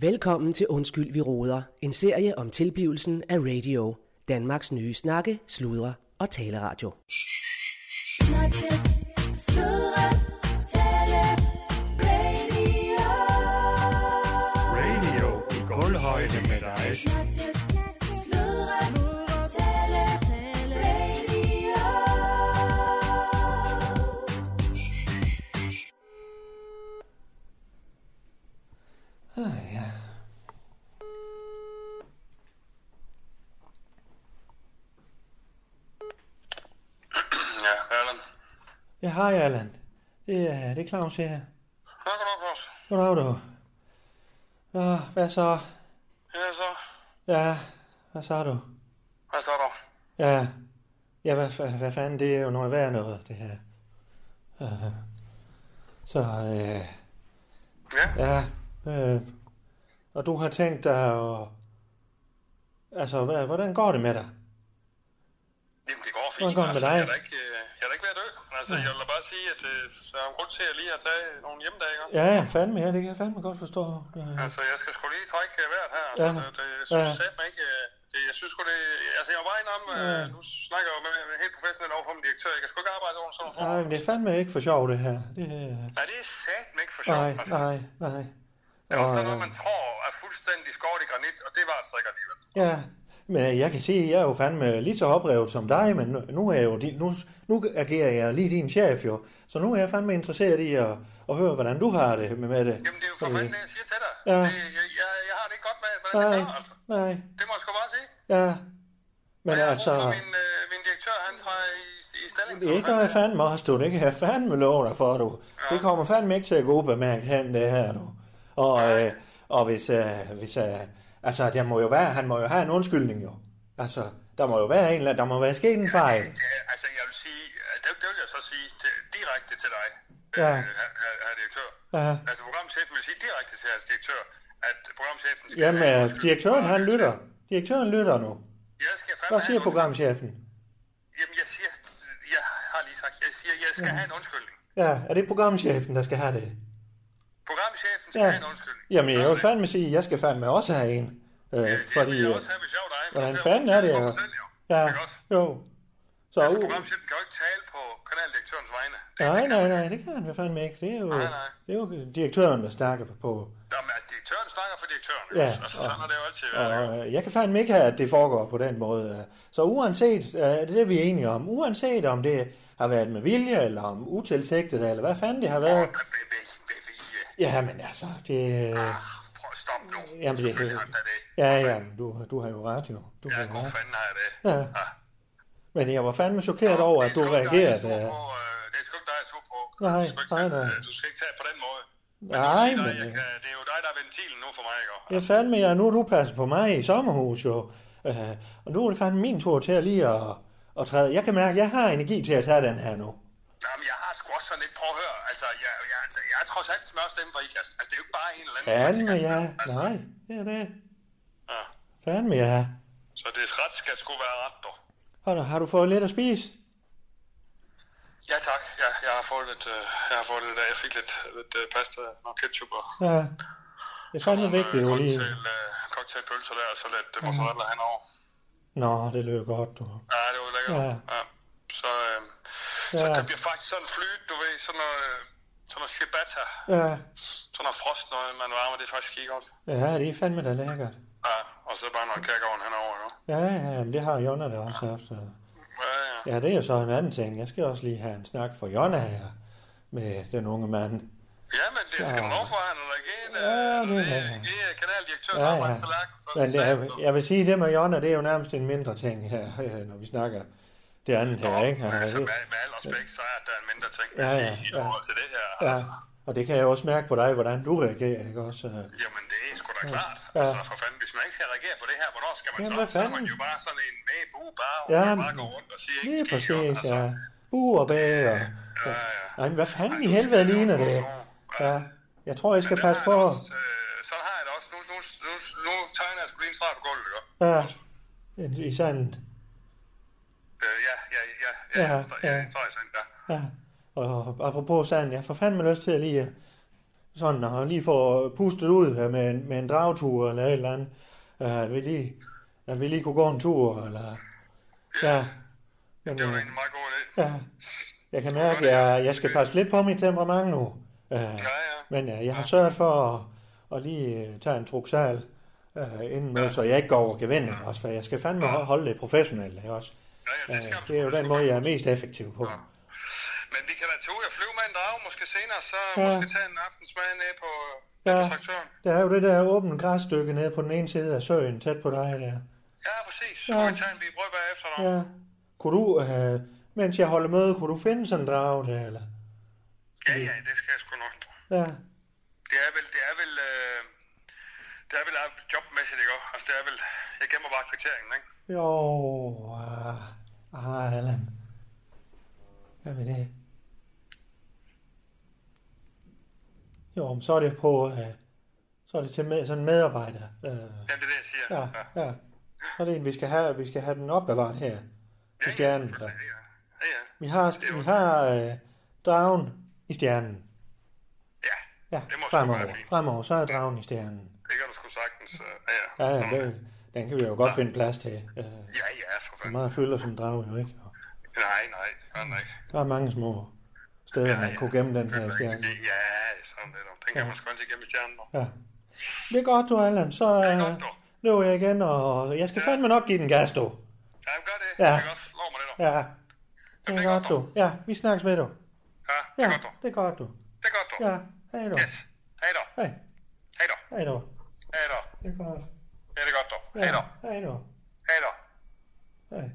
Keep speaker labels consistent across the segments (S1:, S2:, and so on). S1: Velkommen til Undskyld, vi råder. En serie om tilblivelsen af radio. Danmarks nye snakke, sludre og taleradio.
S2: Snakke, sludre, tale, radio.
S3: Radio i gulvhøjde med dig.
S2: Snakke, sludre, tale, tale, radio.
S4: Ja, Allan.
S5: Ja, hej Allan. Det er, det er Claus her.
S4: Hvad kan du på?
S5: Goddag du. Nå, hvad så?
S4: Ja, så.
S5: Ja, hvad så du?
S4: Hvad så du?
S5: Ja, ja hvad, hvad, hvad fanden, det er jo noget værd noget, det her. Øh, Så, øh,
S4: Ja,
S5: ja, øh, og du har tænkt dig at... Altså, hvad, hvordan går det med dig?
S4: jamen det går fint.
S5: Hvordan går det med
S4: altså,
S5: dig?
S4: Jeg er da ikke, øh, jeg er da ikke ved at dø. Altså, jeg vil da bare sige, at øh, der er en grund til, at jeg lige har taget nogle hjemmedage. ikke?
S5: Ja, ja, fandme, ja, det kan jeg fandme godt forstå. Øh,
S4: Altså, jeg skal sgu lige trække øh, vejret her. Altså,
S5: Ja.
S4: det, det, jeg synes
S5: Ja.
S4: ja. mig ikke... øh, Det, jeg synes sgu, det... Altså, jeg var bare indrømme... Øh, nu snakker jeg jo med, med helt professionelt overfor min direktør. Jeg kan sgu ikke arbejde over sådan nogle
S5: Nej,
S4: forhold.
S5: men det er fandme ikke for sjov, det her. Det, øh,
S4: Nej, det er satme ikke for sjovt.
S5: nej,
S4: altså,
S5: nej, nej.
S4: Det er sådan
S5: Og-
S4: noget, man tror er fuldstændig skåret i granit, og det var altså ikke alligevel.
S5: Ja, men øh, jeg kan sige, at jeg er jo fandme lige så oprevet som dig, men nu, nu, er jeg jo din, nu, nu agerer jeg lige din chef jo. Så nu er jeg fandme interesseret i at, at høre, hvordan du har det med, med det.
S4: Jamen, det er jo for
S5: Øh,
S4: fanden, det jeg siger til dig.
S5: Ja.
S4: Det, jeg, jeg, jeg, har det ikke godt med, hvordan det
S5: Nej,
S4: går, altså.
S5: nej,
S4: Det må jeg sgu bare sige.
S5: ja. Men
S4: Men jeg altså...
S5: altså,
S4: For min, øh, min direktør, han træder i, i stilling.
S5: det er ikke noget, jeg fandme også, du. Det kan jeg fandme love dig for, du. Det kommer fandme ikke til at gå ubemærket hen, det her, du. Og, øh, og hvis, øh, hvis øh, altså, der må jo være, han må jo have en undskyldning, jo. Altså, der må jo være en eller anden, der må være sket en fejl.
S4: Det, er- altså, jeg vil sige, øh, det, det vil jeg så sige til, direkte til dig,
S5: Ja.
S4: øh, her- her- her direktør.
S5: Ja.
S4: Altså, programchefen vil sige direkte til hans direktør, at programchefen skal...
S5: Jamen,
S4: have en
S5: øh,
S4: undskyldning.
S5: direktøren han lytter. Direktøren lytter nu.
S4: Jeg skal fandme have
S5: Hvad siger
S4: en undskyldning.
S5: programchefen?
S4: Jamen, jeg siger... Jeg har lige sagt, jeg siger, jeg skal have en undskyldning.
S5: Ja, er det programchefen, der skal have det?
S4: Programchefen skal
S5: Ja.
S4: have en undskyldning.
S5: Jamen, jeg
S4: Sådan
S5: vil fandme sige, at jeg skal fandme også have en. Øh,
S4: Ja, det
S5: fordi,
S4: vil jeg
S5: øh,
S4: også have ved sjov dig. men
S5: hvordan
S4: det
S5: fanden er det,
S4: jo?
S5: jo?
S4: mig selv, jo.
S5: ja,
S4: Ikke også?
S5: jo. Så,
S4: Altså,
S5: uh,
S4: programchefen kan jo ikke tale på kanaldirektørens vegne. Det- det
S5: nej,
S4: kan
S5: nej,
S4: man
S5: nej, det kan han jo fandme ikke. Det er jo,
S4: Nej, nej.
S5: det er jo direktøren, der snakker på.
S4: Jamen, at direktøren snakker for direktøren.
S5: Ja,
S4: Ja, altså, sådan
S5: og-
S4: har det jo altid været. Ja,
S5: Og øh, jeg kan fandme ikke have, at det foregår på den måde. øh. Så uanset, øh, det er det, vi er enige om, uanset om det har været med vilje, eller om utilsigtet, eller hvad fanden det har været. Ja, men altså, det...
S4: Ah.
S5: Øh,
S4: Prøv at stoppe nu.
S5: Jamen, det,
S4: Selvfølgelig har han da det.
S5: ja, ja, men du, du har jo ret, jo.
S4: Ja,
S5: Du
S4: Ah.
S5: har jo
S4: god
S5: ret.
S4: fanden har jeg det.
S5: Ja. Men jeg var fandme chokeret over, at
S4: Det er
S5: du
S4: sgu ikke dig,
S5: reagerede.
S4: jeg er sur
S5: ja.
S4: på, øh, Det er sgu ikke dig, jeg er sur på.
S5: Nej,
S4: Du skal ikke
S5: nej,
S4: tage-
S5: nej.
S4: øh, Du skal ikke tage på den måde.
S5: Nej,
S4: men... det er jo
S5: men
S4: dig, jeg kan- Det er jo dig, der er ventilen nu for mig, ikke?
S5: det er fandme, jeg, nu er du passer på mig i sommerhus, jo. Øh, og nu er det fandme min tur til at lige at, at træde. Jeg kan mærke, at jeg har energi til at tage den her nu.
S4: Jamen, jeg har sgu også sådan lidt, prøv at høre, altså, jeg, jeg, altså, jeg er trods alt smørstemme for IKAST. Altså, det er jo ikke bare en eller anden.
S5: Fandme,
S4: praktikant,
S5: ja.
S4: altså.
S5: Nej, det er det.
S4: Ja.
S5: Fandme, ja.
S4: Så det ret skal sgu være ret, dog.
S5: Har du, har du fået lidt at spise?
S4: Ja tak, ja, jeg har fået lidt, øh, jeg har fået lidt, jeg fik lidt, lidt øh, pasta og ketchup og
S5: Ja. Det er fandme vigtigt, du lige...
S4: cocktail, øh, cocktailpølser der, og så lidt øh, mozzarella henover.
S5: Nå, det løber godt, du.
S4: Ja, det var lækkert. Ja.
S5: Ja.
S4: ja. Så, øh, så
S5: Ja.
S4: købte jeg faktisk sådan en flyt, du ved, sådan noget, øh, sådan noget ciabatta,
S5: Ja,
S4: sådan noget frost, når man varmer, det er faktisk ikke godt.
S5: ja det er fandme da lækkert.
S4: Ja, og så bare noget kærgården henover, jo.
S5: Ja, ja, men det har Jonna da også haft. øh.
S4: Ja, ja.
S5: Ja, det er jo så en anden ting. Jeg skal også lige have en snak for Jonna her med den unge mand.
S4: Ja, men det skal
S5: Så-
S4: du lov for, han er da ikke en,
S5: Ja,
S4: øh,
S5: det er-
S4: det er kanaldirektør,
S5: Ja,
S4: der
S5: ja.
S4: arbejder så langt. for
S5: Men det,
S4: satan,
S5: jeg,
S4: du.
S5: jeg vil sige, det med Jonna, det er jo nærmest en mindre ting her, øh, når vi snakker det andet her, ikke?
S4: Ja, altså,
S5: Ja,
S4: med, med al respekt, så er der en mindre ting
S5: Ja,
S4: ja, ja,
S5: ja,
S4: i
S5: ja.
S4: forhold til det her. Ja.
S5: ja.
S4: Altså,
S5: Og det kan jeg også mærke på dig, hvordan du reagerer, ikke også? Øh,
S4: jamen, det er sgu da klart.
S5: Ja.
S4: Altså, for fanden, hvis man ikke skal reagere på det her, hvornår skal man
S5: Jamen,
S4: så?
S5: hvad
S4: Så er man
S5: fanden?
S4: jo bare sådan en med bu, bare,
S5: Ja,
S4: ja, bare
S5: men-
S4: går rundt og siger ikke
S5: Lige
S4: skid, jo.
S5: præcis,
S4: Altså,
S5: ja. Bu og bag og...
S4: ja, ja.
S5: Ej, men hvad fanden i helvede ligner det? Ja, jeg tror, jeg skal
S4: Der har
S5: passe
S4: jeg
S5: på.
S4: det også, øh, så har jeg det også. Nu, nu, nu, nu tegner jeg sgu lige en streg på gulvet, ikke?
S5: Ja, i sådan...
S4: Øh, ja, ja, ja, ja,
S5: Ja,
S4: ja,
S5: ja.
S4: en streg sådan, ja.
S5: Ja, og apropos sand, jeg får fandme lyst til at lige... sådan, og lige får pustet ud øh, med, en- med en dragtur eller et eller andet. Øh, at, vi lige, at vi lige kunne gå en tur, eller... Ja, men,
S4: Det var
S5: øh,
S4: da egentlig en meget god idé.
S5: ja, jeg kan mærke, at jeg, jeg skal passe lidt på mit temperament nu. Øh,
S4: Ja, ja.
S5: men øh, jeg har sørget for at, at lige øh, tage en truksal øh, inden med, så jeg ikke går over gevinden også, for jeg skal fandme ho- holde det professionelt ikke også.
S4: Ja, ja,
S5: Øh,
S4: det, skal
S5: det er jo den måde, jeg er mest effektiv på.
S4: Men vi kan da tage ud og flyve med en drage, måske senere, så
S5: Ja.
S4: ja. måske tage en aftens mad ned på
S5: Ja.
S4: ja. traktøren.
S5: Der er jo det der åbne græsstykke nede på den ene side af søen, tæt på dig der.
S4: Ja, præcis. Så
S5: Ja.
S4: kan vi tage en bid brød bagefter dig. Ja.
S5: Ja. Kunne du, øh, mens jeg holder møde, kunne du finde sådan en drage der, eller?
S4: ja, ja, det skal jeg sgu nok.
S5: Ja,
S4: Det er vel, det er vel, øh, det er vel øh, jobmæssigt, ikke også? Altså, det er vel, jeg gemmer bare kvitteringen, ikke?
S5: jo, ah, ah, Allan. Hvad med det? Jo, men så er det på, øh, så er det til med, sådan en medarbejder. Øh,
S4: Jamen, det er det, jeg siger.
S5: ja, ja. Så er det en, vi skal have, vi skal have den opbevaret her. I stjernen. Der.
S4: Ja, ja. ja.
S5: Vi har, vi har øh, dragen i stjernen.
S4: ja.
S5: Ja,
S4: Det må sgu
S5: fremover.
S4: være fint.
S5: Fremover, så er dragen i stjernen.
S4: det kan du sgu sagtens. øh, Ja, ja.
S5: Ja, ja, det, den kan vi jo godt finde plads til. Øh,
S4: Ja, ja, for
S5: hvor
S4: fanden.
S5: meget fylder som drage jo ikke. Og
S4: Nej, nej, nej, nej.
S5: Der er mange små steder, man kunne gemme den her stjerne.
S4: Ja, sådan lidt. Den kan man sgu ikke gennem stjernen. nu.
S5: Ja. Det er godt, du, Allan. Så
S4: godt,
S5: øh,
S4: du.
S5: løber jeg igen, og jeg skal fandme nok give den gas, du.
S4: Ja, men gør det.
S5: Ja.
S4: Jeg kan også lov mig det, dog.
S5: Ja, det er godt, du. Ja, vi snakkes ved, du.
S4: Ja, det
S5: Ja,
S4: er godt, dog.
S5: det er godt, du.
S4: Det er godt, dog.
S5: Ja, hej du.
S4: Yes. Hej dog.
S5: Hej,
S4: Hej dog.
S5: hej du.
S4: Hej dog.
S5: Det er godt.
S4: Ja, det er godt, dog. Hej
S5: Ja,
S4: dog.
S5: hej du.
S4: Hej dog.
S5: Hej.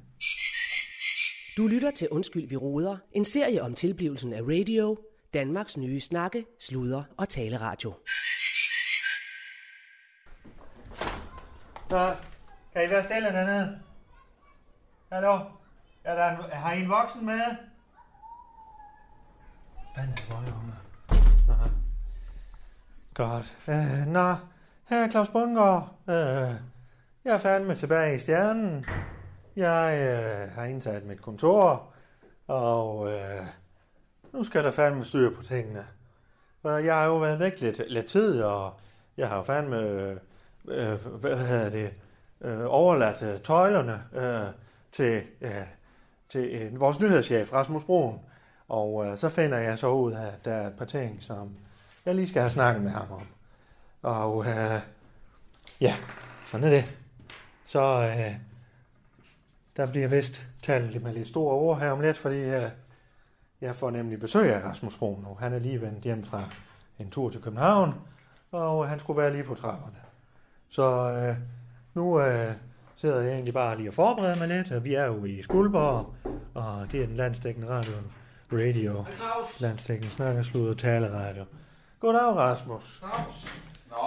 S1: Du lytter til Undskyld, vi roder. En serie om tilblivelsen af radio. Danmarks nye snakke, sludre og taleradio.
S5: Så, kan I være stille dernede? Hallo? Er der en, har I en voksen med? Bandet, hvor er unger? Nå. Godt. Øh, nå, her er Claus Bundgaard. Øh, jeg er fandme tilbage i stjernen. Jeg øh, har indsat mit kontor, og øh, nu skal der fandme styr på tingene. Og jeg har jo været væk lidt, lidt tid, og jeg har jo fandme... Øh, øh, hvad hedder det, øh, overladt øh, tøjlerne øh, til, øh, til øh, vores nyhedschef, Rasmus Broen. Og øh, så finder jeg så ud af, at der er et par ting, som jeg lige skal have snakket med ham om. Og øh, ja, sådan er det. Så øh, der bliver vist talt med lidt store ord her om lidt, fordi øh, jeg får nemlig besøg af Rasmus Broen nu. Han er lige vendt hjem fra en tur til København, og han skulle være lige på trapperne. Så øh, nu øh, sidder jeg egentlig bare lige og forbereder mig lidt, og vi er jo i Skuldborg, og det er den landstækkende radio, radio, landstækkende snakker, slutter taleradio. Goddag, Rasmus.
S6: Claus. Nå,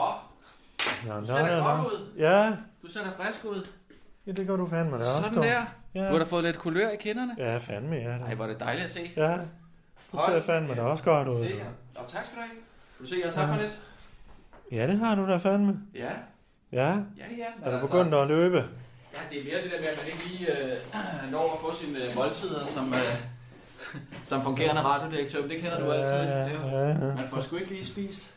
S5: Nå, nå,
S6: du ser da godt ud.
S5: Ja,
S6: Du ser da frisk ud.
S5: ja, det gør du fandme da også.
S6: Sådan
S5: du.
S6: der.
S5: Ja.
S6: Du har da fået lidt kulør i kinderne.
S5: Ja, fandme, ja.
S6: Ej,
S5: Da.
S6: hvor er det dejligt at se.
S5: Ja, du ser
S6: Hold
S5: fandme da
S6: kæft.
S5: også godt ud.
S6: Sikkert. Nå, tak skal du have. Kan du se, jeg har tabt
S5: Ja.
S6: mig lidt?
S5: Ja, det har du da fandme.
S6: Ja,
S5: Ja,
S6: ja, ja. men
S5: er du
S6: altså-
S5: begyndt at løbe?
S6: Ja, det er mere det der med, at man ikke lige øh, når at få sine øh, måltider som, øh, som fungerende radiodirektør. Men det kender du altid.
S5: Ja,
S6: Det er jo-
S5: ja, ja.
S6: Man får sgu ikke lige spist.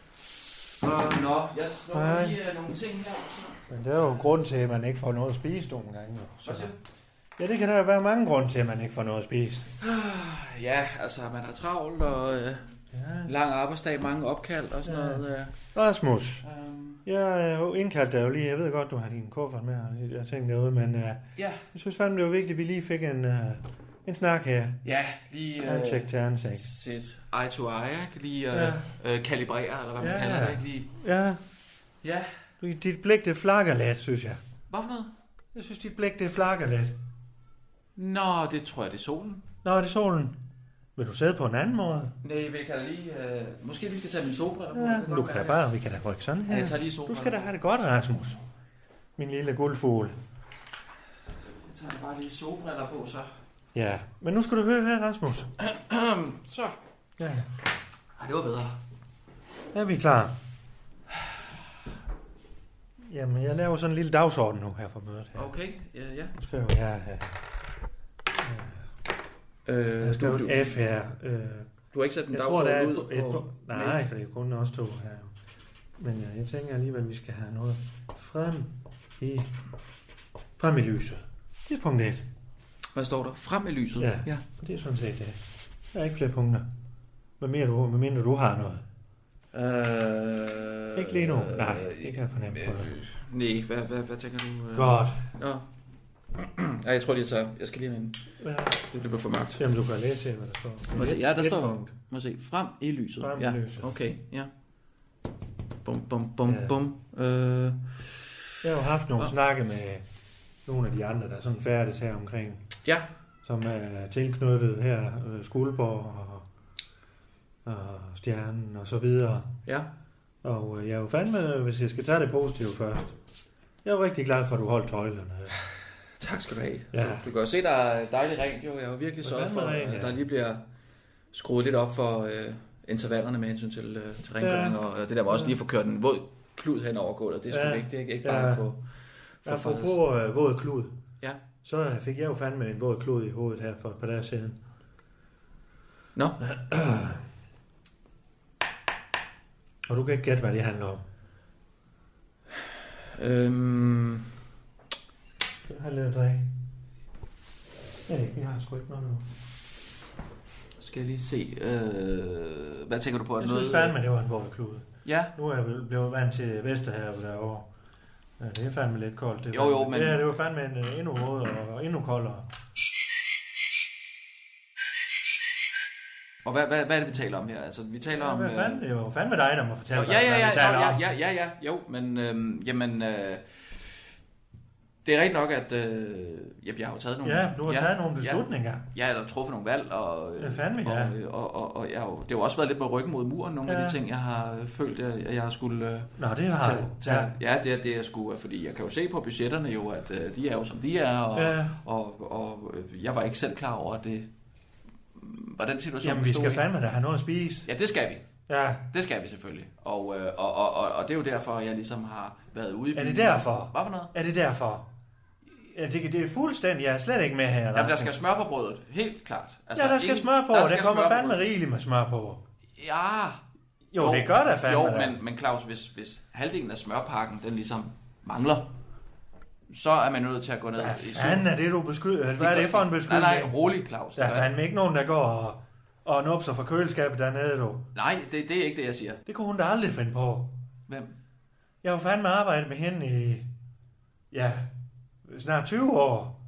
S6: Og, nå, jeg
S5: Nej.
S6: snupper lige øh, nogle ting her. Så.
S5: Men det er jo grund til, at man ikke får noget at spise nogle gange. jo.
S6: Hvad siger du?
S5: Ja, det kan der jo være mange grunde til, at man ikke får noget at spise.
S6: Ja, altså man har travlt og øh,
S5: Ja.
S6: lang arbejdsdag, mange opkald og sådan
S5: Ja.
S6: noget. Øh,
S5: Rasmus,
S6: Øhm,
S5: jeg øh, indkaldte dig jo lige. Jeg ved godt, du har din kuffert med, og jeg tænkte derude, men øh,
S6: ja,
S5: jeg synes fandme, det var vigtigt, at vi lige fik en, øh, en snak her.
S6: ja, lige øh,
S5: Ansigt til ansigt.
S6: sæt eye to eye, ikke? lige øh,
S5: Ja.
S6: ja. øh, kalibrere, eller hvad man
S5: Ja.
S6: ja. kalder det. Ikke? Lige.
S5: Ja,
S6: Ja,
S5: du, dit blik, det flakker lidt, synes jeg.
S6: hvorfor noget?
S5: Jeg synes, dit blik, det flakker lidt.
S6: Nå, det tror jeg, det er solen.
S5: Nå, er det solen? Vil du sidde på en anden måde?
S6: Nej, vi kan da lige... Øh, måske vi skal tage min solbriller på. det
S5: Ja,
S6: godt
S5: du kan da
S6: være.
S5: bare, vi kan da rykke sådan her.
S6: Ja, jeg tager lige
S5: du
S6: solbriller
S5: skal da
S6: på.
S5: have det godt, Rasmus. Min lille guldfugl.
S6: Jeg tager bare lige solbriller på, så.
S5: Ja, men nu skal du høre her, Rasmus.
S6: så.
S5: Ja,
S6: Ej, det var bedre.
S5: er vi klar? Jamen, jeg laver sådan en lille dagsorden nu her for mødet her.
S6: Okay, ja, ja.
S5: Nu skriver jeg, øh,
S6: Øh,
S5: jeg skriver
S6: du, du,
S5: et F her. Øh,
S6: Du har ikke sat den
S5: Jeg tror, der er
S6: Øh, dagsorden
S5: et,
S6: ud?
S5: et,
S6: på-
S5: et, nej, for det er kun os to her. jo. Men øh, jeg tænker alligevel, at vi skal have noget frem i, frem i lyset. Det er punkt 1.
S6: Hvad står der? Frem i lyset?
S5: Ja.
S6: ja.
S5: Og det er sådan set det. Der er ikke flere punkter. Hvad mere du, hvad mindre du har noget?
S6: Øh,
S5: Ikke lige nu. Nej, det kan jeg fornemme på dig.
S6: Nej, hvad, hvad, hvad tænker du? øh?
S5: Godt.
S6: Nå. Nej, jeg tror lige, så jeg skal lige vende.
S5: Ja,
S6: Det bliver for mørkt.
S5: jamen, du kan læse til, hvad der står.
S6: Må jeg se? Ja, der
S5: Et
S6: står-
S5: punkt.
S6: Må se. Frem i lyset.
S5: Frem i
S6: ja.
S5: lyset.
S6: Okay, ja. Bum, bum, bum,
S5: Ja.
S6: ja. bum. Øh,
S5: Jeg har jo haft nogle
S6: Nå.
S5: snakke med nogle af de andre, der sådan færdes her omkring.
S6: ja,
S5: som er tilknyttet her, øh, Skuldborg og, og Stjernen og så videre.
S6: ja.
S5: Og øh, jeg er jo fandme, hvis jeg skal tage det positive først, jeg er jo rigtig glad for, at du holdt tøjlerne.
S6: Tak skal du have.
S5: Ja.
S6: Du kan jo se, der er dejligt rent. Jo, jeg har virkelig
S5: Det er
S6: sørget
S5: fandme
S6: for,
S5: rent,
S6: at
S5: ja.
S6: der lige bliver skruet lidt op for øh, intervallerne med hensyn til, øh, til rengøring.
S5: Ja.
S6: Og øh, det der var også
S5: Ja.
S6: lige at få kørt en våd klud hen over gulvet. Det er sgu
S5: Ja.
S6: vigtigt, ikke? Ikke
S5: Ja.
S6: bare at få, få faret-
S5: Apropos øh, våd klud,
S6: Ja.
S5: så øh, fik jeg jo fandme en våd klud i hovedet her for et par dage siden.
S6: Nå,
S5: Og du kan ikke gætte, hvad det handler om.
S6: øhm,
S5: Jeg har lavet dig. Ja, jeg har sgu ikke noget nu.
S6: skal jeg lige se. Øh, hvad tænker du på? Er
S5: Jeg
S6: det
S5: synes
S6: noget-
S5: fandme, det var en våd klud.
S6: Ja,
S5: Nu er jeg vel- blevet vant til Vesterhavet derovre. Ja, det er fandme lidt koldt. Det
S6: Jo,
S5: var-
S6: jo, men-
S5: Ja, det var fandme en, øh, endnu vådere og endnu koldere.
S6: og hvad, hvad, hvad er det, vi taler om her? Altså, vi taler
S5: Ja,
S6: om...
S5: hvad
S6: øh,
S5: fanden? Det var fandme dig, der må
S6: Nå,
S5: fortælle,
S6: ja, ja,
S5: hvad
S6: ja,
S5: vi taler
S6: ja,
S5: om.
S6: ja, ja, ja, jo, men øhm, jamen, øh, det er rigtigt nok, at øh, jamen, jeg har jo taget nogle...
S5: Ja, du har taget nogle beslutninger.
S6: Ja, jeg har truffet nogle valg, og, øh,
S5: Ja, fandme, ja.
S6: og, og, og, og, og jeg har jo, det har jo også været lidt med ryggen mod muren, nogle
S5: Ja.
S6: af de ting, jeg har øh, følt, at at jeg har skulle... Øh,
S5: Nå, det har
S6: tage,
S5: du.
S6: tage, ja. det er det, jeg skulle, fordi jeg kan jo se på budgetterne jo, at øh, de er jo, som de er, og,
S5: Ja.
S6: og, og, øh, jeg var ikke selv klar over, at det var den situation,
S5: Jamen, vi
S6: stod
S5: skal
S6: i.
S5: fandme da have noget at spise.
S6: Ja, det skal vi.
S5: Ja,
S6: Det skal vi selvfølgelig. Og, øh, og, og, og, og det er jo derfor, jeg ligesom har været ude i
S5: er det
S6: byen.
S5: derfor?
S6: Hvad for noget?
S5: Er det derfor? Ja, det, det er fuldstændig, jeg er slet ikke med her.
S6: Jamen, der skal smør på brødet. Helt klart.
S5: ja, der skal
S6: ingen-
S5: smør på. Der,
S6: skal
S5: kommer
S6: smør på
S5: fandme
S6: brødet.
S5: rigeligt med smør på.
S6: Ja.
S5: Jo, det gør der fandme
S6: Jo,
S5: da.
S6: men, men Claus, hvis, hvis halvdelen af smørpakken, den ligesom mangler, så er man nødt til at gå ned
S5: Hvad
S6: i syn.
S5: fanden er det, du beskyder? Hvad er det for en beskyldning?
S6: Nej, nej, rolig, Claus.
S5: Der er
S6: Hvad-
S5: fandme ikke nogen, der går og, og nupser fra køleskabet dernede, du.
S6: Nej, det, det er ikke det, jeg siger.
S5: Det kunne hun da aldrig finde på.
S6: Hvem?
S5: Jeg har jo fandme arbejdet med hende i, ja, snart 20 år.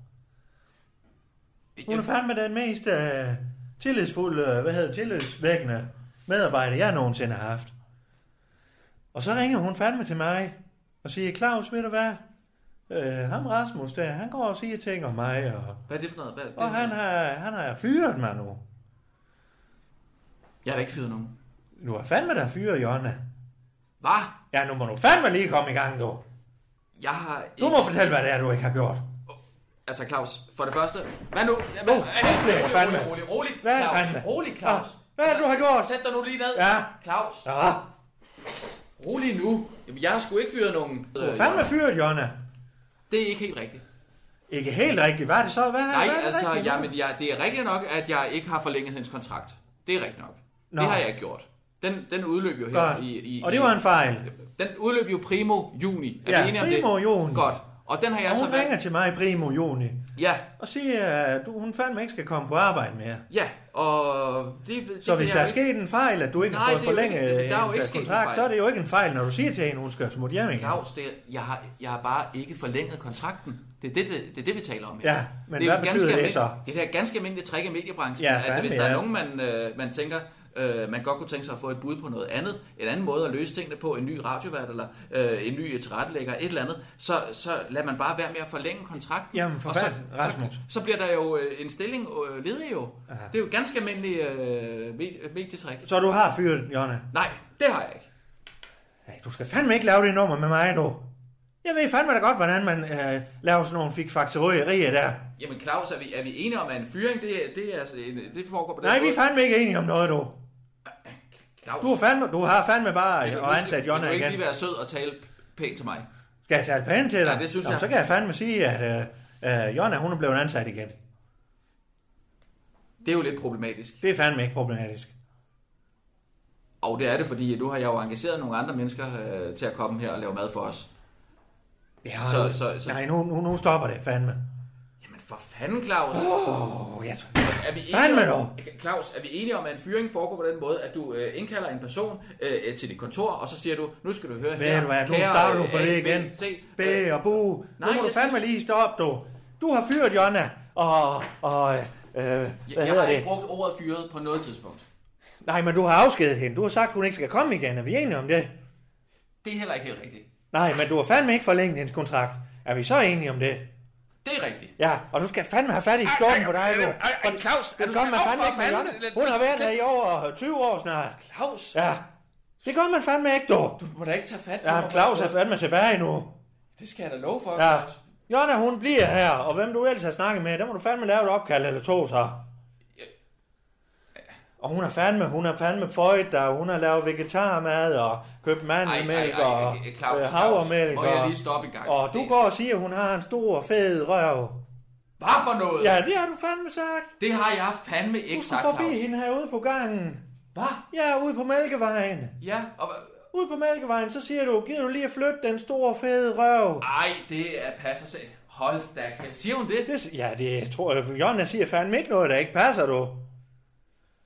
S5: Hun er fandme den mest øh, tillidsfulde, øh, hvad hedder det, tillidsvækkende medarbejder, jeg nogensinde har haft. Og så ringer hun fandme til mig og siger, Claus, ved du hvad? Øh, ham Rasmus der, han går og siger ting om mig, og,
S6: Hvad er det for noget? Hvad, det
S5: og han, har, han har fyret mig nu.
S6: Jeg har da ikke fyret nogen.
S5: Nu har fandme der fyret, Jonna.
S6: Hvad?
S5: Ja, nu må du fandme lige komme i gang, du.
S6: Jeg har ikke...
S5: Du må fortælle, hvad det er, du ikke har gjort.
S6: Altså Claus, for det første, hvad nu? Jamen, oh,
S5: bliver
S6: hey,
S5: jeg
S6: rolig,
S5: Uh, fandme.
S6: rolig, rolig, rolig,
S5: Hvad er det
S6: Claus,
S5: fandme?
S6: rolig, Claus.
S5: Ah, hvad er det, du har gjort? Ah,
S6: Sæt dig nu lige ned.
S5: Ja.
S6: Claus,
S5: Ja,
S6: rolig nu. Jamen, jeg har sgu ikke fyret nogen. Øh,
S5: du har fandme fyret, Jonna.
S6: Det er ikke helt rigtigt.
S5: Ikke helt rigtigt. Hvad er det så? Hvad,
S6: Nej,
S5: hvad er det
S6: altså,
S5: rigtigt?
S6: jamen, jeg, det er rigtigt nok, at jeg ikke har forlænget hendes kontrakt. Det er rigtigt nok.
S5: Nå.
S6: Det har jeg ikke gjort. Den, den udløb jo her
S5: Godt.
S6: i, i...
S5: Og det var en fejl.
S6: Den udløb jo primo juni. Er
S5: Ja,
S6: vi enige om
S5: primo
S6: det?
S5: juni.
S6: Godt. Og den har jeg
S5: Og
S6: så
S5: hun ringer til mig i primo juni
S6: Ja,
S5: og siger, at du, hun fandme ikke skal komme på arbejde mere.
S6: ja, og det, det
S5: Så
S6: kan
S5: hvis
S6: jeg
S5: der er
S6: ikke-
S5: sket en fejl, at du ikke
S6: Nej,
S5: har fået
S6: det er jo
S5: forlænget
S6: ikke- der er jo
S5: hendes
S6: ikke sket en
S5: kontrakt,
S6: fejl.
S5: så er det jo ikke en fejl, når du siger til hende, hun skal smutte hjem igen.
S6: Claus, det, er- jeg, har, jeg har bare ikke forlænget kontrakten. Det er det, det, det, er det vi taler om
S5: Ja, men
S6: er jo
S5: hvad betyder det
S6: almindeligt-
S5: så?
S6: Det er der ganske almindelige trick i mediebranchen,
S5: Ja,
S6: ja, at
S5: fandme,
S6: hvis der
S5: ja.
S6: er nogen, man, øh, man tænker, øh, man godt kunne tænke sig at få et bud på noget andet, en anden måde at løse tingene på, en ny radiovært eller øh, en ny tilrettelægger, et eller andet, så, så lader man bare være med at forlænge kontrakten.
S5: Jamen, for
S6: Og så,
S5: fanden, Rasmus.
S6: Så, så bliver der jo øh, en stilling øh, ledig jo.
S5: Aha.
S6: Det er jo ganske almindelig øh, medie, medietrik.
S5: Så du har fyret, Jonna.
S6: Nej, det har jeg ikke.
S5: Hey, du skal fandme ikke lave det nummer med mig, du. Jeg ved fandme da godt, hvordan man øh, laver sådan nogle fikfaktorier der.
S6: Jamen Claus, er vi, er vi enige om, at en fyring, det, er- det, er, altså en, det foregår på den
S5: Nej, vi
S6: måde?
S5: er fandme ikke enige om noget, du.
S6: Claus,
S5: Du, er fandme, du har fandme bare øh,
S6: nu
S5: og
S6: skal-
S5: ansat Jonna
S6: Du kan
S5: igen.
S6: ikke lige være sød og tale pænt til mig.
S5: Skal jeg tage et pænt til dig?
S6: Ja, det synes
S5: Nå,
S6: jeg.
S5: Så kan jeg fandme sige, at øh, øh, Jonna, hun er blevet ansat igen.
S6: Det er jo lidt problematisk.
S5: Det er fandme ikke problematisk.
S6: Og det er det, fordi nu har jeg jo engageret nogle andre mennesker øh, til at komme her og lave mad for os.
S5: Ja,
S6: Så- så- så-
S5: Nej, nu, nu, nu stopper det, fandme.
S6: Jamen for fanden, Claus!
S5: Oh, jeg,
S6: Er vi
S5: Fandme
S6: enige om, Claus, er vi enige om, at en fyring foregår på den måde, at du øh, indkalder en person øh, øh, til dit kontor, og så siger du, nu skal du høre
S5: ved
S6: her,
S5: du hvad, nu starter du på
S6: øh,
S5: det
S6: A, B,
S5: igen.
S6: C,
S5: B
S6: øh,
S5: og bu. Nu må du
S6: nej, jeg synes-
S5: fandme lige stoppe, du. Du har fyret Jonna, og, og øh, øh, hvad
S6: jeg, jeg
S5: hedder
S6: har ikke
S5: det?
S6: brugt ordet fyret på noget tidspunkt.
S5: Nej, men du har afskedet hende. Du har sagt, hun ikke skal komme igen. Er vi enige om det?
S6: Det er heller ikke helt rigtigt.
S5: Nej, men du har fandme ikke forlænget hendes kontrakt. Er vi så enige om det?
S6: Det er rigtigt.
S5: Ja, og du skal fandme have fat i skoven på dig, du.
S6: Ej, Claus,
S5: Det gør man fandme ikke med Jonna. Hun har været her i over 20 år snart.
S6: Claus,
S5: Ja, det gør man fandme ikke, du.
S6: du må da ikke tage fat.
S5: Ja, Claus er fandme tilbage nu.
S6: Det skal jeg da love for,
S5: Ja.
S6: Claus.
S5: Jonna, hun bliver her, og hvem du ellers har snakket med, der må du fandme lave et opkald eller to, så. Og hun har fandme, hun har fandme føjet der, hun har lavet vegetarmad og købt mandelmælk og
S6: Claus,
S5: øh, havremælk.
S6: Claus, må jeg
S5: Og,
S6: lige stoppe i gang?
S5: og du
S6: Det-
S5: går og siger, at hun har en stor, fed røv.
S6: Hvad for noget?
S5: Ja, det har du fandme sagt.
S6: Det har jeg fandme
S5: Du
S6: ikke
S5: skal
S6: sagt,
S5: forbi
S6: Claus.
S5: hende herude på gangen.
S6: Hvad?
S5: Ja, ude på Mælkevejen.
S6: Ja, og hvad-
S5: Ude på Mælkevejen, så siger du, gider du lige at flytte den store, fede røv?
S6: Ej, det er passer sig. Hold da kæft. Siger hun det?
S5: Det, s- ja, det tror jeg. Jonna siger fandme ikke noget, der ikke passer, du.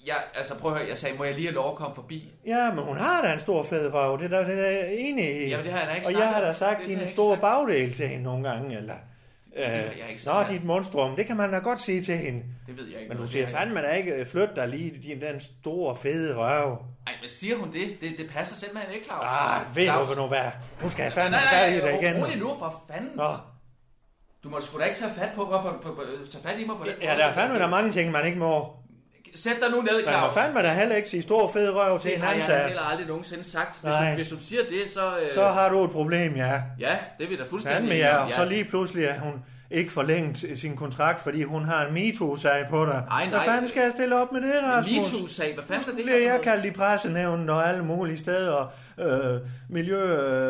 S6: Ja, altså prøv at høre, jeg sagde, må jeg lige have lov at komme forbi?
S5: Ja, men hun har da en stor fed røv, det er da- det er jeg enig i.
S6: Jamen, det har jeg da ikke
S5: Og jeg
S6: snakket
S5: har da
S6: om.
S5: sagt
S6: Det har
S5: din
S6: jeg ikke
S5: store
S6: sagt.
S5: bagdel til hende nogle gange, eller... Øh,
S6: har jeg ikke
S5: Nå,
S6: snakket om."
S5: dit monstrum, det kan man da godt sige til hende.
S6: Det ved jeg ikke.
S5: Men hun
S6: noget.
S5: siger
S6: Det har jeg-
S5: fandme da ikke, øh, flyt dig lige din den store fede røv.
S6: Ej, men siger hun det? Det, det passer simpelthen ikke, Claus.
S5: Ah, ved du
S6: Claus.
S5: hvad nu hvad? Nu skal jeg fandme
S6: Nej,
S5: fat i
S6: nej,
S5: dig
S6: nej,
S5: igen.
S6: rolig nu, for fanden.
S5: Nå,
S6: Du må sgu da ikke tage fat, på, mig på, på, på, tage fat i mig på den
S5: ja, der er fandme der er mange ting, man ikke må.
S6: Sæt dig nu ned,
S5: Man
S6: Claus.
S5: må fandme da heller ikke sige stor fed røv til
S6: Det
S5: en
S6: har jeg da
S5: ansat.
S6: heller aldrig nogensinde sagt. Hvis,
S5: Nej.
S6: du, hvis du siger det, så... Øh,
S5: Så har du et problem, ja.
S6: Ja, det er vi da fuldstændig
S5: Fandme
S6: enige
S5: ja,
S6: om.
S5: og så lige pludselig er hun ikke forlænget sin kontrakt, fordi hun har en MeToo-sag på dig.
S6: Ej, nej.
S5: Hvad fanden skal jeg stille op med det, Rasmus?
S6: MeToo-sag, hvad fanden er det
S5: Bliver
S6: her
S5: jeg
S6: for noget?
S5: kaldt i pressenævnen og alle mulige steder, øh, miljø,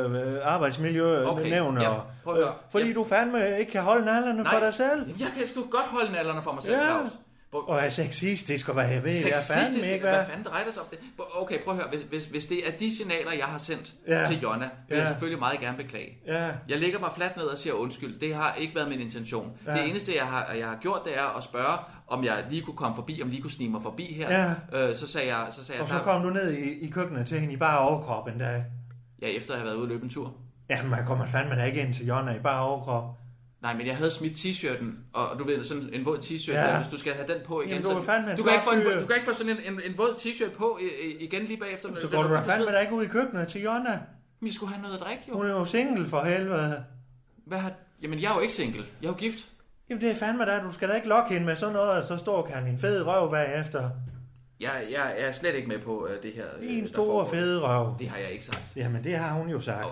S5: øh, arbejdsmiljønævn,
S6: Okay, ja.
S5: og, Øh,
S6: Prøv at høre.
S5: fordi
S6: Ja.
S5: du fandme ikke kan holde nallerne for dig selv,
S6: Jamen, jeg kan sgu godt holde nallerne for mig selv,
S5: Ja.
S6: Claus. Hvor-
S5: og er sexistisk, og hvad jeg ved, jeg er
S6: Sexistisk,
S5: fandme ikke,
S6: hvad
S5: hvad?
S6: fanden drejer det sig om det? Okay, prøv at høre, hvis, hvis, hvis det er de signaler, jeg har sendt
S5: Ja.
S6: ja. til Jonna, vil ja.
S5: Ja.
S6: jeg selvfølgelig meget gerne beklage.
S5: Ja,
S6: Jeg ligger mig fladt ned og siger undskyld. Det har ikke været min intention. Ja. Det eneste, jeg har, jeg har gjort, det er at spørge, om jeg lige kunne komme forbi, om lige kunne snige mig forbi her. Ja. Øh, så sagde jeg, så sagde
S5: og
S6: jeg
S5: så
S6: der,
S5: kom du ned i, i køkkenet til hende i bare overkrop en dag.
S6: ja, efter jeg har været ude og løbe en tur.
S5: Jamen, man kommer fandme da ikke ind til Jonna i bare overkrop.
S6: Nej, men jeg havde smidt t-shirten, og du ved, sådan en våd t-shirt,
S5: Ja.
S6: ja. hvis du skal have den på igen.
S5: Jamen, du
S6: så-
S5: er fandme en
S6: du, kan ikke få en,
S5: flot fyr.
S6: du kan ikke få sådan en, en, en våd t-shirt på i- i- igen lige bagefter.
S5: Så går du da fandme da ikke ud i køkkenet til Jonna.
S6: Men I skulle have noget at drikke, jo.
S5: Hun er jo single for helvede.
S6: Hvad har... Jamen, jeg er jo ikke single. Jeg er jo gift.
S5: Jamen det er fandme da, du skal da ikke lokke hende med sådan noget, og så står kan en fed røv bagefter.
S6: Jeg, jeg, jeg er slet ikke med på øh, det her. øh,
S5: En
S6: der
S5: stor
S6: foregår.
S5: fed røv.
S6: Det har jeg ikke sagt.
S5: Jamen det har hun jo sagt.
S6: Og-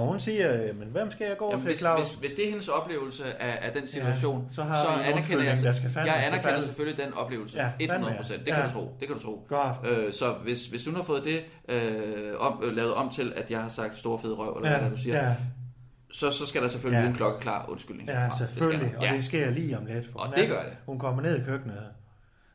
S5: Og hun siger, øh, men hvem skal jeg gå
S6: Jamen,
S5: til,
S6: hvis,
S5: Claus?
S6: hvis, hvis det er hendes oplevelse af, af den situation,
S5: Ja,
S6: ja,
S5: så har vi en
S6: anerkender
S5: undskyldning,
S6: jeg,
S5: der skal fandme
S6: jeg anerkender
S5: forfalde.
S6: selvfølgelig den oplevelse.
S5: Ja,
S6: Ja,
S5: fandme, ja.
S6: 100 procent. Det kan
S5: Ja.
S6: du tro. Det kan du tro.
S5: Godt.
S6: Øh, så hvis, hvis hun har fået det øh, om, øh, lavet om til, at jeg har sagt stor fed røv, eller ja, hvad
S5: Ja,
S6: du siger, ja.
S5: ja,
S6: så, så skal der selvfølgelig
S5: Ja.
S6: ja. en klokkeklar undskyldning.
S5: ja,
S6: herfra. Det
S5: selvfølgelig.
S6: skal,
S5: Og
S6: der. ja.
S5: det sker lige om lidt. For
S6: Og
S5: hun
S6: det
S5: er-
S6: gør det.
S5: Hun kommer ned i køkkenet.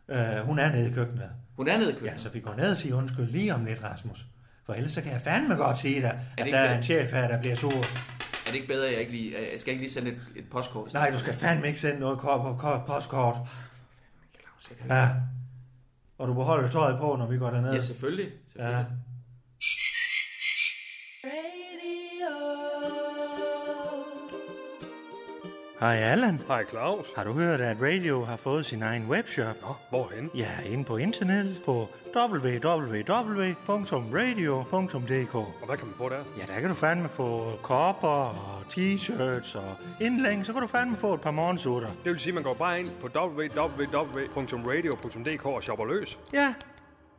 S5: Øh, hun er nede i køkkenet.
S6: Hun er nede i
S5: Ja,
S6: køkkenet.
S5: så vi går ned og siger undskyld lige om lidt, Rasmus. For ellers så kan jeg fandme godt sige dig, at
S6: ikke
S5: der er
S6: det?
S5: en chef her, der bliver sur.
S6: Er det ikke bedre, at jeg ikke lige, øh, skal jeg ikke lige sende et, et postkort?
S5: Nej, du skal fandme ikke sende noget kort på kort, postkort.
S6: Claus, jeg kan-
S5: Ja. Og du beholder tøjet på, når vi går derned.
S6: Ja, selvfølgelig. selvfølgelig.
S5: ja.
S6: Ja.
S5: Hej Allan.
S3: Hej Claus.
S5: Har du hørt, at Radio har fået sin egen webshop?
S3: Nå, hvorhen?
S5: Ja, inde på internettet på www.radio.dk.
S3: Og hvad kan man få der?
S5: Ja, der kan du fandme få kopper og t-shirts og indlæng, så kan du fandme få et par morgensutter.
S3: Det vil sige, at man går bare ind på www.radio.dk og shopper løs.
S5: Ja,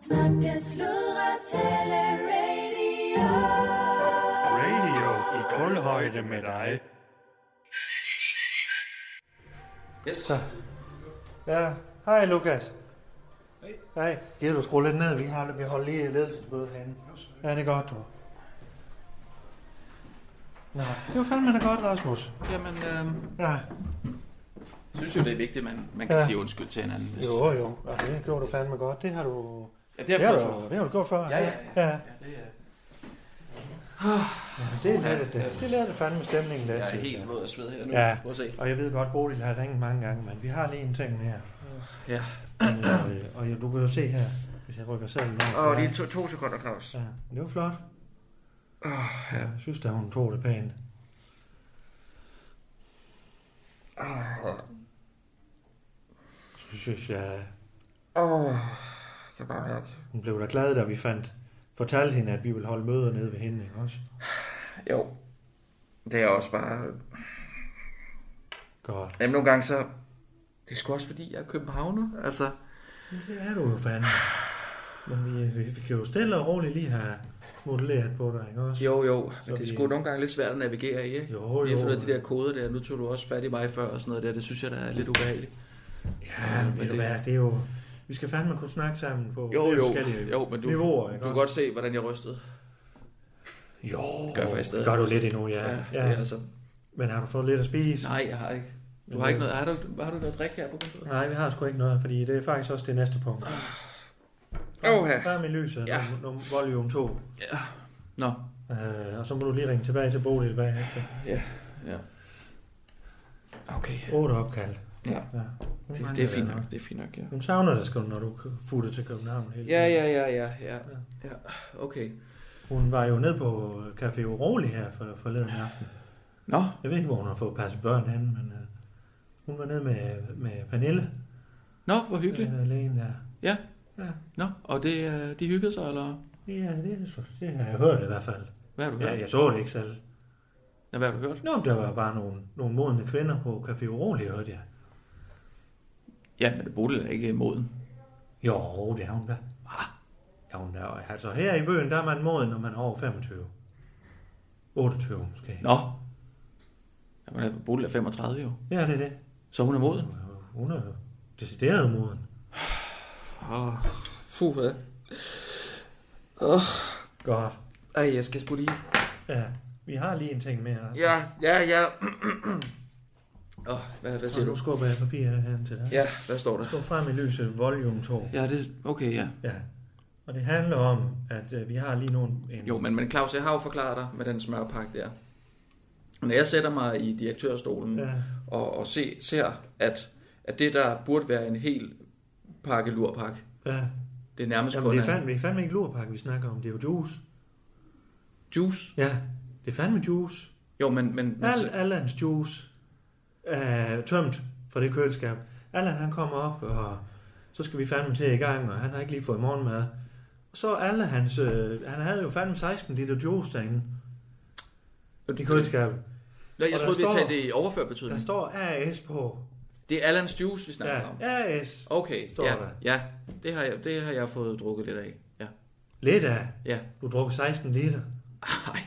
S2: Snakke, sludre, tale, radio.
S5: radio i kulhøjde med dig.
S6: Yes.
S5: Ja, hej Lukas. Hej. Hej. Gider du skrue lidt ned? Vi, har, vi holder lige ledelsesmøde herinde. Ja, det er godt, du. Nej, det var fandme da godt, Rasmus.
S6: Jamen, øh,
S5: Ja,
S6: jeg synes jo, det er vigtigt, at man, man kan
S5: Ja.
S6: sige undskyld til hinanden. Hvis,
S5: jo, jo. Ja, det gjorde du fandme godt. Det har du
S6: Ja, det
S5: Det har
S6: har jeg
S5: du,
S6: prøvet
S5: det har du gjort før.
S6: Ja, ja, ja.
S5: ja.
S6: ja det er,
S5: Det lærte det. Det lærte fandme stemningen den
S6: jeg er
S5: tid,
S6: helt
S5: ja.
S6: våd af sved her nu.
S5: Ja.
S6: Prøv at se.
S5: Og jeg ved godt, Bodil har ringet mange gange, men vi har lige en ting her.
S6: Ja.
S5: Men, øh, og du kan jo se her, hvis jeg rykker selv ned.
S6: Åh, lige to, to sekunder, Claus.
S5: Ja, det var flot.
S6: Ah,
S5: Ja, jeg synes da, hun tog det pænt.
S6: Ah.
S5: Så synes jeg,
S6: Åh, jeg kan bare mærke.
S5: hun blev da glad, da vi fandt, fortalte hende, at vi ville holde møder nede ved hende ikke også.
S6: Jo, det er også bare...
S5: Godt.
S6: Jamen, nogle gange så... Det er sgu også fordi, jeg er københavner. Altså,
S5: Det er du jo fandme. Men vi, vi, vi kan jo stille og roligt lige have modelleret på dig, ikke også?
S6: jo, jo. Men
S5: Så
S6: det er
S5: vi-
S6: sgu nogle gange lidt svært at navigere i, ikke?
S5: Jo,
S6: Lige
S5: jo.
S6: for de der koder der. Nu tog du også fat i mig før og sådan noget der. Det synes jeg, der er lidt ubehageligt.
S5: Ja,
S6: men
S5: ved du
S6: det-
S5: hvad, det er jo... Vi skal fandme kunne snakke sammen på
S6: Jo,
S5: flere
S6: jo.
S5: forskellige
S6: Jo, men du,
S5: niveauer,
S6: du
S5: ikke
S6: kan
S5: også?
S6: godt se, hvordan jeg rystede.
S5: Jo,
S6: Gør jeg faktisk stadig.
S5: gør du lidt endnu, ja. ja,
S6: Ja, det er altså...
S5: Men har du fået lidt at spise?
S6: Nej, jeg har ikke. Du har ikke noget... Har du, har du noget drik her på kontoret?
S5: Nej, vi har sgu ikke noget, fordi det er faktisk også det næste punkt.
S6: Åh, oh, ja.
S5: Frem i lyset,
S6: Ja.
S5: ja. num, volume 2.
S6: Nå,
S5: Øh, og så må du lige ringe tilbage til Bodil bagefter.
S6: ja. Okay.
S5: Otte opkald.
S6: Ja,
S5: Ja. Hun
S6: det,
S5: mangler
S6: det er
S5: dig
S6: fint
S5: nok.
S6: nok. Det er fint nok, ja.
S5: Hun savner dig, sgu, når du futter til København hele
S6: Ja,
S5: tiden.
S6: ja, ja, ja, ja. ja. Okay.
S5: Hun var jo ned på øh, Café Urolig her for, forleden aften.
S6: Nå,
S5: Jeg ved ikke, hvor hun har fået passet børn hen, men øh, hun var ned med, med Pernille,
S6: nå, hvor hyggeligt.
S5: øh, lægen der.
S6: Ja.
S5: Ja.
S6: Nå, og det, øh, de hyggede sig, eller
S5: Ja, det, det har jeg hørt i hvert fald.
S6: hvad har du hørt?
S5: Ja, jeg så det ikke selv.
S6: Nå, hvad har du hørt?
S5: Nå, men der var bare nogle, nogle modne kvinder på Café Urolig, hørte jeg.
S6: Ja, men Bodil er ikke moden.
S5: Jo, det er hun da. Ah, Ja, hun er, altså her i byen, der er man moden, når man er over 25. 28 måske.
S6: Nå. Jamen, Bodil er 35 jo.
S5: Ja, det er det.
S6: Så hun er moden.
S5: Hun er jo decideret moden.
S6: Åh, fuh, hvad?
S5: Godt.
S6: Ej, jeg skal sgu lige...
S5: Ja, vi har lige en ting mere.
S6: Ja, ja, ja. Åh, hvad, hvad siger
S5: Så nu
S6: du?
S5: skubber jeg papiret hen til dig.
S6: Ja, hvad står der?
S5: Gå frem i lyset, volume 2.
S6: Ja, det... Okay, ja.
S5: Ja. Og det handler om, at øh, vi har lige nogle... En,
S6: Jo, men, men Claus, jeg har jo forklaret dig med den smørpakke der. Når jeg sætter mig i direktørstolen ja.
S5: Ja.
S6: og, og se, ser, at, at det, der burde være en hel pakke lurpakke,
S5: Ja.
S6: det er nærmest
S5: Jamen,
S6: kun
S5: det er
S6: er
S5: fandme, det er fandme ikke lurpakke, vi snakker om. Det er jo juice.
S6: juice.
S5: Ja, det er fandme juice.
S6: Jo, men... men, men
S5: Al, Allans juice er tømt fra det køleskab. Allan han kommer op, og så skal vi fandme til i gang, og han har ikke lige fået morgenmad. Så alle hans, øh, han havde jo fandme 16 liter juice derinde i køleskabet.
S6: Nå, jeg
S5: og der
S6: troede, vi
S5: står-
S6: tager det i overført
S5: Der
S6: betydning.
S5: står AS på.
S6: Det er Allans juice, vi snakker
S5: Ja,
S6: om.
S5: AS.
S6: Okay,
S5: Står
S6: ja,
S5: der.
S6: ja det, har jeg, det har jeg fået drukket lidt af. Ja,
S5: Lidt af.
S6: ja.
S5: Du druk 16 liter.
S6: Ej,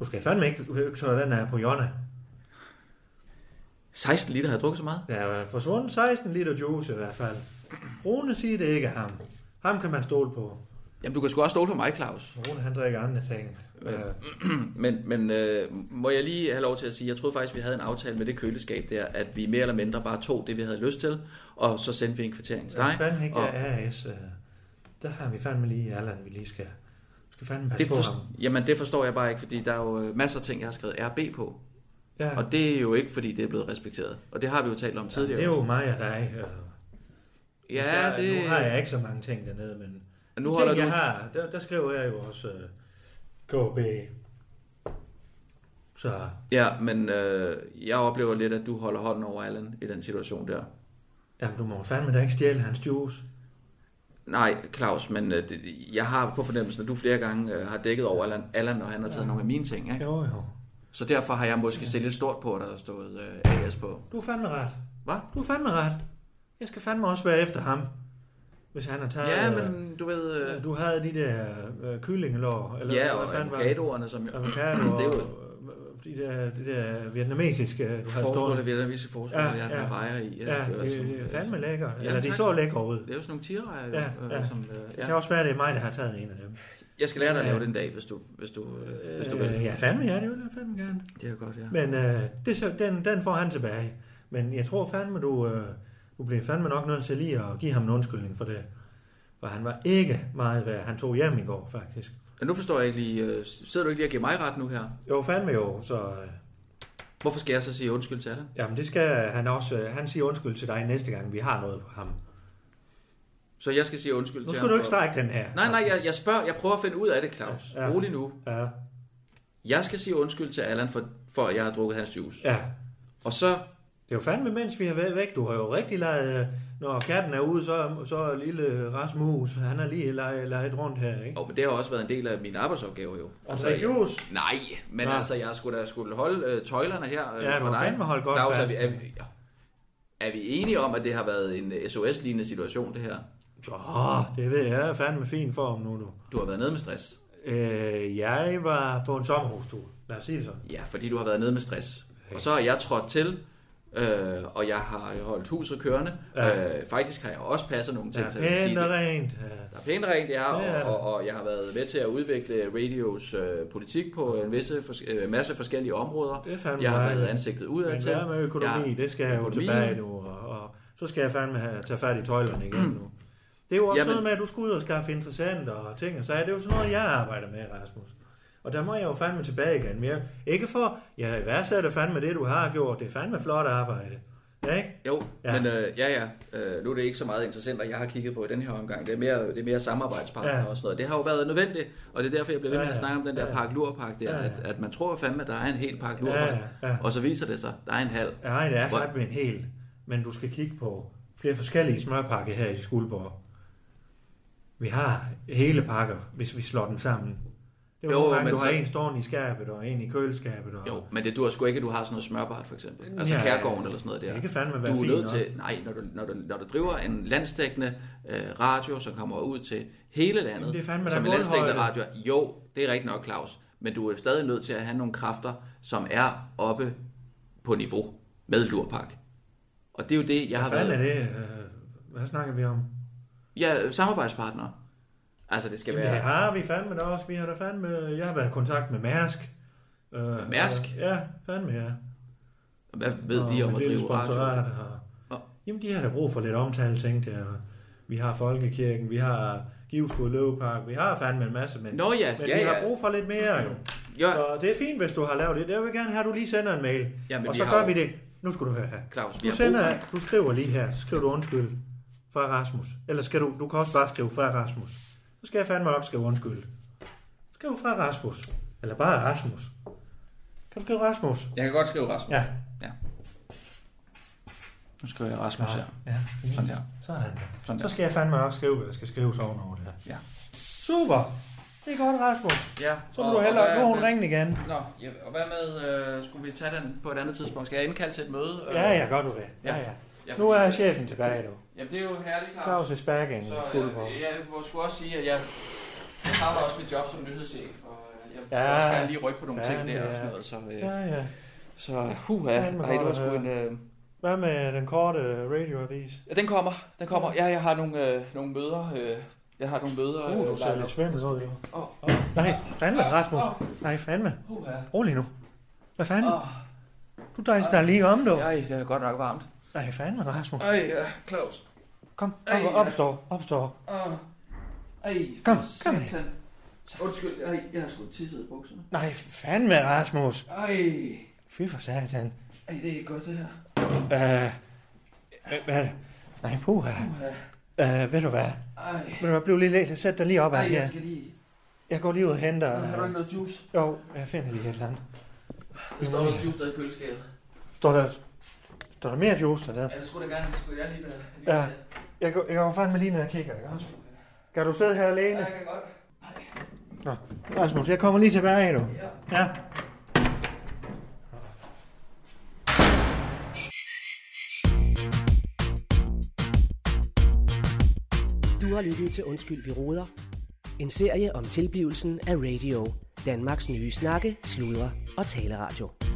S5: Du skal fandme ikke så den er på Jonna.
S6: 16 liter har jeg drukket så meget?
S5: Der er forsvundet 16 liter juice i hvert fald. Rune siger det ikke er ham. Ham kan man stole på.
S6: Jamen, du kan sgu også stole på mig, Claus.
S5: Rune han drikker andre ting. Ja. Hm.
S6: Men, men øh, må jeg lige have lov til at sige, jeg troede faktisk, vi havde en aftale med det køleskab der, at vi mere eller mindre bare tog det, vi havde lyst til, og så sendte vi en kvittering til
S5: Nej.
S6: dig.
S5: fandme ikke
S6: og
S5: af AS. øh, Der har vi fandme lige Allan, vi lige skal, skal fandme passe
S6: det
S5: på ham.
S6: for, jamen, det forstår jeg bare ikke, fordi der er jo øh, masser af ting, jeg har skrevet RB på,
S5: Ja,
S6: og det er jo ikke, fordi det er blevet respekteret. Og det har vi jo talt om
S5: det
S6: tidligere.
S5: er jo mig og dig. øh.
S6: ja,
S5: Så,
S6: det...
S5: Nu har jeg ikke så mange ting dernede, men
S6: Nu
S5: de
S6: holder
S5: ting, jeg
S6: du-
S5: har, der, der skriver jeg jo også øh, KB. Så
S6: Ja, men øh, jeg oplever lidt, at du holder hånden over Allen i den situation der.
S5: jamen, du må fandme da ikke stjæle hans juice.
S6: Nej, Claus, men øh, det, jeg har på fornemmelsen, at du flere gange øh, har dækket over Allan, Allan når han har taget ja. nogle af mine ting. Ikke?
S5: Jo, jo.
S6: Så derfor har jeg måske set lidt stort på, at der har stået øh, AS på.
S5: Du er fandme ret.
S6: Hvad?
S5: Du er fandme ret. Jeg skal fandme også være efter ham, hvis han har taget...
S6: Ja,
S5: øh,
S6: men du ved... Øh,
S5: Du havde de der øh, kyllingelår, eller
S6: ja, og
S5: hvad fanden var det?
S6: avocadoerne, som jo...
S5: avocado
S6: det er jo
S5: og øh, de der, de der vietnamesiske, du har
S6: forskruller,
S5: stået.
S6: vi der visse forskruller,
S5: Ja,
S6: jeg
S5: ja.
S6: har rejer i.
S5: Ja,
S6: det, er også
S5: det
S6: sådan,
S5: er
S6: øh,
S5: fandme lækkert.
S6: Jamen,
S5: Eller de
S6: tak.
S5: så lækre ud.
S6: Det er jo sådan nogle tirejer, jo,
S5: Ja,
S6: øh,
S5: ja.
S6: som... Øh,
S5: Det
S6: ja.
S5: kan også være, det er mig, der har taget en af dem.
S6: Jeg skal lære dig at
S5: Ja.
S6: lave den dag, hvis du, hvis du, øh, hvis du vil.
S5: Øh, ja, fandme, ja, det vil jeg fandme gerne.
S6: Det er godt, ja.
S5: Men øh, det, er så, den, den får han tilbage. Men jeg tror fandme, du, øh, du bliver fandme nok nødt til lige at give ham en undskyldning for det. Og han var ikke meget værd. Han tog hjem i går, faktisk.
S6: Ja, nu forstår jeg ikke lige, øh, sidder du ikke lige og giver mig ret nu her?
S5: Jo, fandme jo, så... Øh,
S6: Hvorfor skal jeg så sige undskyld til Allan?
S5: jamen, det skal han også... Øh, han siger undskyld til dig næste gang, vi har noget på ham.
S6: Så jeg skal sige undskyld
S5: Nu
S6: til
S5: skal
S6: ham
S5: du ikke
S6: for-
S5: strække den her.
S6: Nej, nej, jeg, jeg spørger, jeg prøver at finde ud af det, Claus. Ja.
S5: Ja.
S6: Rolig nu.
S5: Ja,
S6: Jeg skal sige undskyld til Allan, for, for at jeg har drukket hans juice.
S5: ja.
S6: Og så,
S5: Det er jo fandme, mens vi har været væk. Du har jo rigtig leget... øh, Når katten er ude, så, så er lille Rasmus, han har lige leget, leget rundt her, ikke?
S6: og men det har også været en del af mine arbejdsopgaver jo. Altså,
S5: Og drikke juice.
S6: Nej, men
S5: Nå.
S6: altså, jeg skulle da skulle holde øh, tøjlerne her øh,
S5: Ja, du
S6: for
S5: må
S6: dig.
S5: fandme holde godt
S6: Claus, er vi,
S5: fast.
S6: er, vi, ja. er vi enige om, at det har været en øh, SOS-lignende situation, det her?
S5: Åh, det ved jeg. Jeg er fandme fin form nu, du.
S6: Du har været nede med stress.
S5: Øh, jeg var på en sommerhustur. Lad os sige det sådan.
S6: Ja, fordi du har været nede med stress. Og så har jeg trådt til, øh, og jeg har holdt huset kørende. Ja.
S5: Ja.
S6: Øh, faktisk har jeg også passet nogle ting,
S5: Ja,
S6: så jeg vil
S5: pænt
S6: sige,
S5: og
S6: det,
S5: rent. Ja.
S6: Der er pænt rent, det er, og,
S5: Det er der.
S6: og, og jeg har været med til at udvikle radios øh, politik på en visse, fors- øh, masse forskellige områder.
S5: Det er fandme
S6: jeg har
S5: dejligt.
S6: været ansigtet udad
S5: Men
S6: til.
S5: det er med økonomi, ja, det skal jeg jo
S6: økonomien.
S5: tilbage nu, og, og så skal jeg fandme have, tage fat i tøjlerne igen nu. Det er jo også
S6: Jamen.
S5: Jamen. noget med, at du skal ud og skaffe interessante og ting og sager. Det er jo sådan noget, jeg arbejder med, Rasmus. Og der må jeg jo fandme tilbage igen. Men jeg, ikke for, jeg værdsætter fandme det, du har gjort. Det er fandme flot arbejde. Ja, ikke?
S6: Jo, ja.
S5: Ja.
S6: men øh, ja, ja. Øh, nu er det ikke så meget interessant, og jeg har kigget på i den her omgang. Det er mere, det er mere samarbejdspartner ja.
S5: Ja.
S6: og sådan noget. Det har jo været nødvendigt, og det er derfor, jeg bliver ved
S5: Ja,
S6: med at
S5: ja.
S6: snakke om den der ja. pakke lurpak der,
S5: Ja, ja.
S6: at, at man tror fandme, at der er en hel pakke
S5: Ja,
S6: lurpak,
S5: ja, ja.
S6: og så viser det sig, der er en halv.
S5: Nej, det er
S6: Hvor-
S5: fandme en hel. Men du skal kigge på flere forskellige smørpakker her i Skuldborg. Vi har hele pakker, hvis vi slår dem sammen. Det er
S6: Jo,
S5: jo, nogle gange,
S6: men
S5: du har
S6: så-
S5: en stående i skabet, og en i køleskabet. Og...
S6: Jo, men det duer sgu ikke, at du har sådan noget smørbart, for eksempel. Altså ja,
S5: Ja,
S6: Kærgården eller sådan noget der.
S5: det kan fandme være
S6: Du er
S5: fint
S6: nødt
S5: nok.
S6: til, nej, når du, når, du, når du driver en landstækkende øh, radio, som kommer ud til hele landet,
S5: Jamen, det er fandme da
S6: som en landstækkende radio,
S5: bundhøjde.
S6: jo, det er rigtigt nok, Claus, men du er stadig nødt til at have nogle kræfter, som er oppe på niveau med Lurpak. Og det er jo det, jeg har
S5: Hvad fanden er
S6: været.
S5: det? øh, Hvad snakker vi om?
S6: Ja, samarbejdspartnere. Altså, det skal
S5: Jamen,
S6: være...
S5: det har vi fandme da også. Vi har da fandme... Jeg har været i kontakt med Mærsk. Øh,
S6: Mærsk?
S5: øh, Ja, fandme ja.
S6: Hvad ved de om at drive radio? Nå.
S5: Og... Jamen, de har da brug for lidt omtale, tænkte jeg. Vi har Folkekirken, vi har Givskud Løvepark, vi har fandme en masse, men,
S6: Nå ja,
S5: men
S6: ja,
S5: vi
S6: ja.
S5: har brug for lidt mere jo.
S6: Ja,
S5: Så det er fint, hvis du har lavet det. Jeg vil gerne have, at du lige sender en mail.
S6: Jamen,
S5: og
S6: vi
S5: så
S6: har
S5: gør vi
S6: jo-
S5: det. Nu skal du høre her.
S6: Claus, vi
S5: Du,
S6: har brug
S5: sender,
S6: for...
S5: du skriver lige her, så skriver du undskyld fra Rasmus. Eller skal du, du kan også bare skrive fra Rasmus. Så skal jeg fandme nok skrive undskyld. Skriv fra Rasmus. Eller bare Rasmus. Kan du skrive Rasmus?
S6: Jeg kan godt skrive Rasmus.
S5: Ja.
S6: ja. Nu skriver jeg Rasmus her.
S5: ja.
S6: Sådan der.
S5: Sådan.
S6: Sådan
S5: Sådan
S6: der.
S5: der. Så skal jeg fandme nok skrive, hvad der skal skrives ovenover det her.
S6: Ja.
S5: Super. Det er godt, Rasmus.
S6: Ja,
S5: Så må du hellere, nu har hun ringet igen.
S6: Nå, ja, og hvad med, øh, skulle vi tage den på et andet tidspunkt? Skal jeg indkalde til et møde? Øh,
S5: Ja, ja, gør du det. Ja,
S6: Ja.
S5: ja.
S6: Ja,
S5: Nu
S6: fordi-
S5: er chefen tilbage, du.
S6: Jamen, det er jo herligt, Claus.
S5: Claus is back in
S6: Så
S5: Skuldborg.
S6: øh, jeg må sgu også sige, at jeg, jeg har da også mit job som nyhedschef, og øh, jeg
S5: Ja.
S6: ja. skal lige rykke på nogle
S5: Ja,
S6: ting der og
S5: ja.
S6: sådan noget. Så, øh,
S5: Ja, ja.
S6: så huha, ja,
S5: Fandme
S6: ej, det
S5: godt
S6: var
S5: at
S6: sgu
S5: høre.
S6: en... Øh,
S5: Hvad med den korte radioavis?
S6: ja, den kommer, den kommer. Ja, jeg har nogle, øh, nogle møder. Øh, jeg har nogle møder.
S5: Uh, du ser
S6: lejlet
S5: lidt
S6: op.
S5: svimmel ud, jo. Ah,
S6: Åh,
S5: Nej, fandme, Rasmus. Nej, fandme.
S6: huha.
S5: Rolig nu. Hvad fanden?
S6: Åh,
S5: Du drejer dig lige om, du.
S6: ej, det er godt nok varmt.
S5: Nej, fandme, Rasmus.
S6: Ej, ja, Claus.
S5: Kom,
S6: Ej,
S5: op, opstå, opstå.
S6: Åh, Ej,
S5: Kom,
S6: for
S5: kom her.
S6: satan. Undskyld, ej, jeg har sgu tisset i bukserne.
S5: Nej, fandme, Rasmus.
S6: Ej,
S5: Fy for satan.
S6: ej, det er ikke godt det her.
S5: Øh, øh, hvad? Nej, puha.
S6: Uha.
S5: Øh, ved du hvad?
S6: Ej,
S5: Ved du hvad, bliv lige lidt. Sæt dig lige op af
S6: ej,
S5: her.
S6: jeg skal lige...
S5: Jeg går lige ud og henter.
S6: Har du
S5: øh,
S6: ikke noget juice?
S5: Jo, jeg finder lige et eller andet.
S6: Der står noget juice der i køleskabet.
S5: Står der, står der mere juice dernede?
S6: Ja, det skulle da gerne, det skulle jeg lige være. lige
S5: Ja.
S6: være-
S5: Jeg går, jeg går fandme lige ned og kigger, ikke også? Kan du sidde her
S6: Ja,
S5: alene?
S6: jeg kan godt. Ej,
S5: Nå, Rasmus, jeg kommer lige tilbage nu.
S6: ja.
S5: Ja.
S1: Du har lyttet til Undskyld, vi råder. En serie om tilblivelsen af radio. Danmarks nye snakke, sludre og taleradio.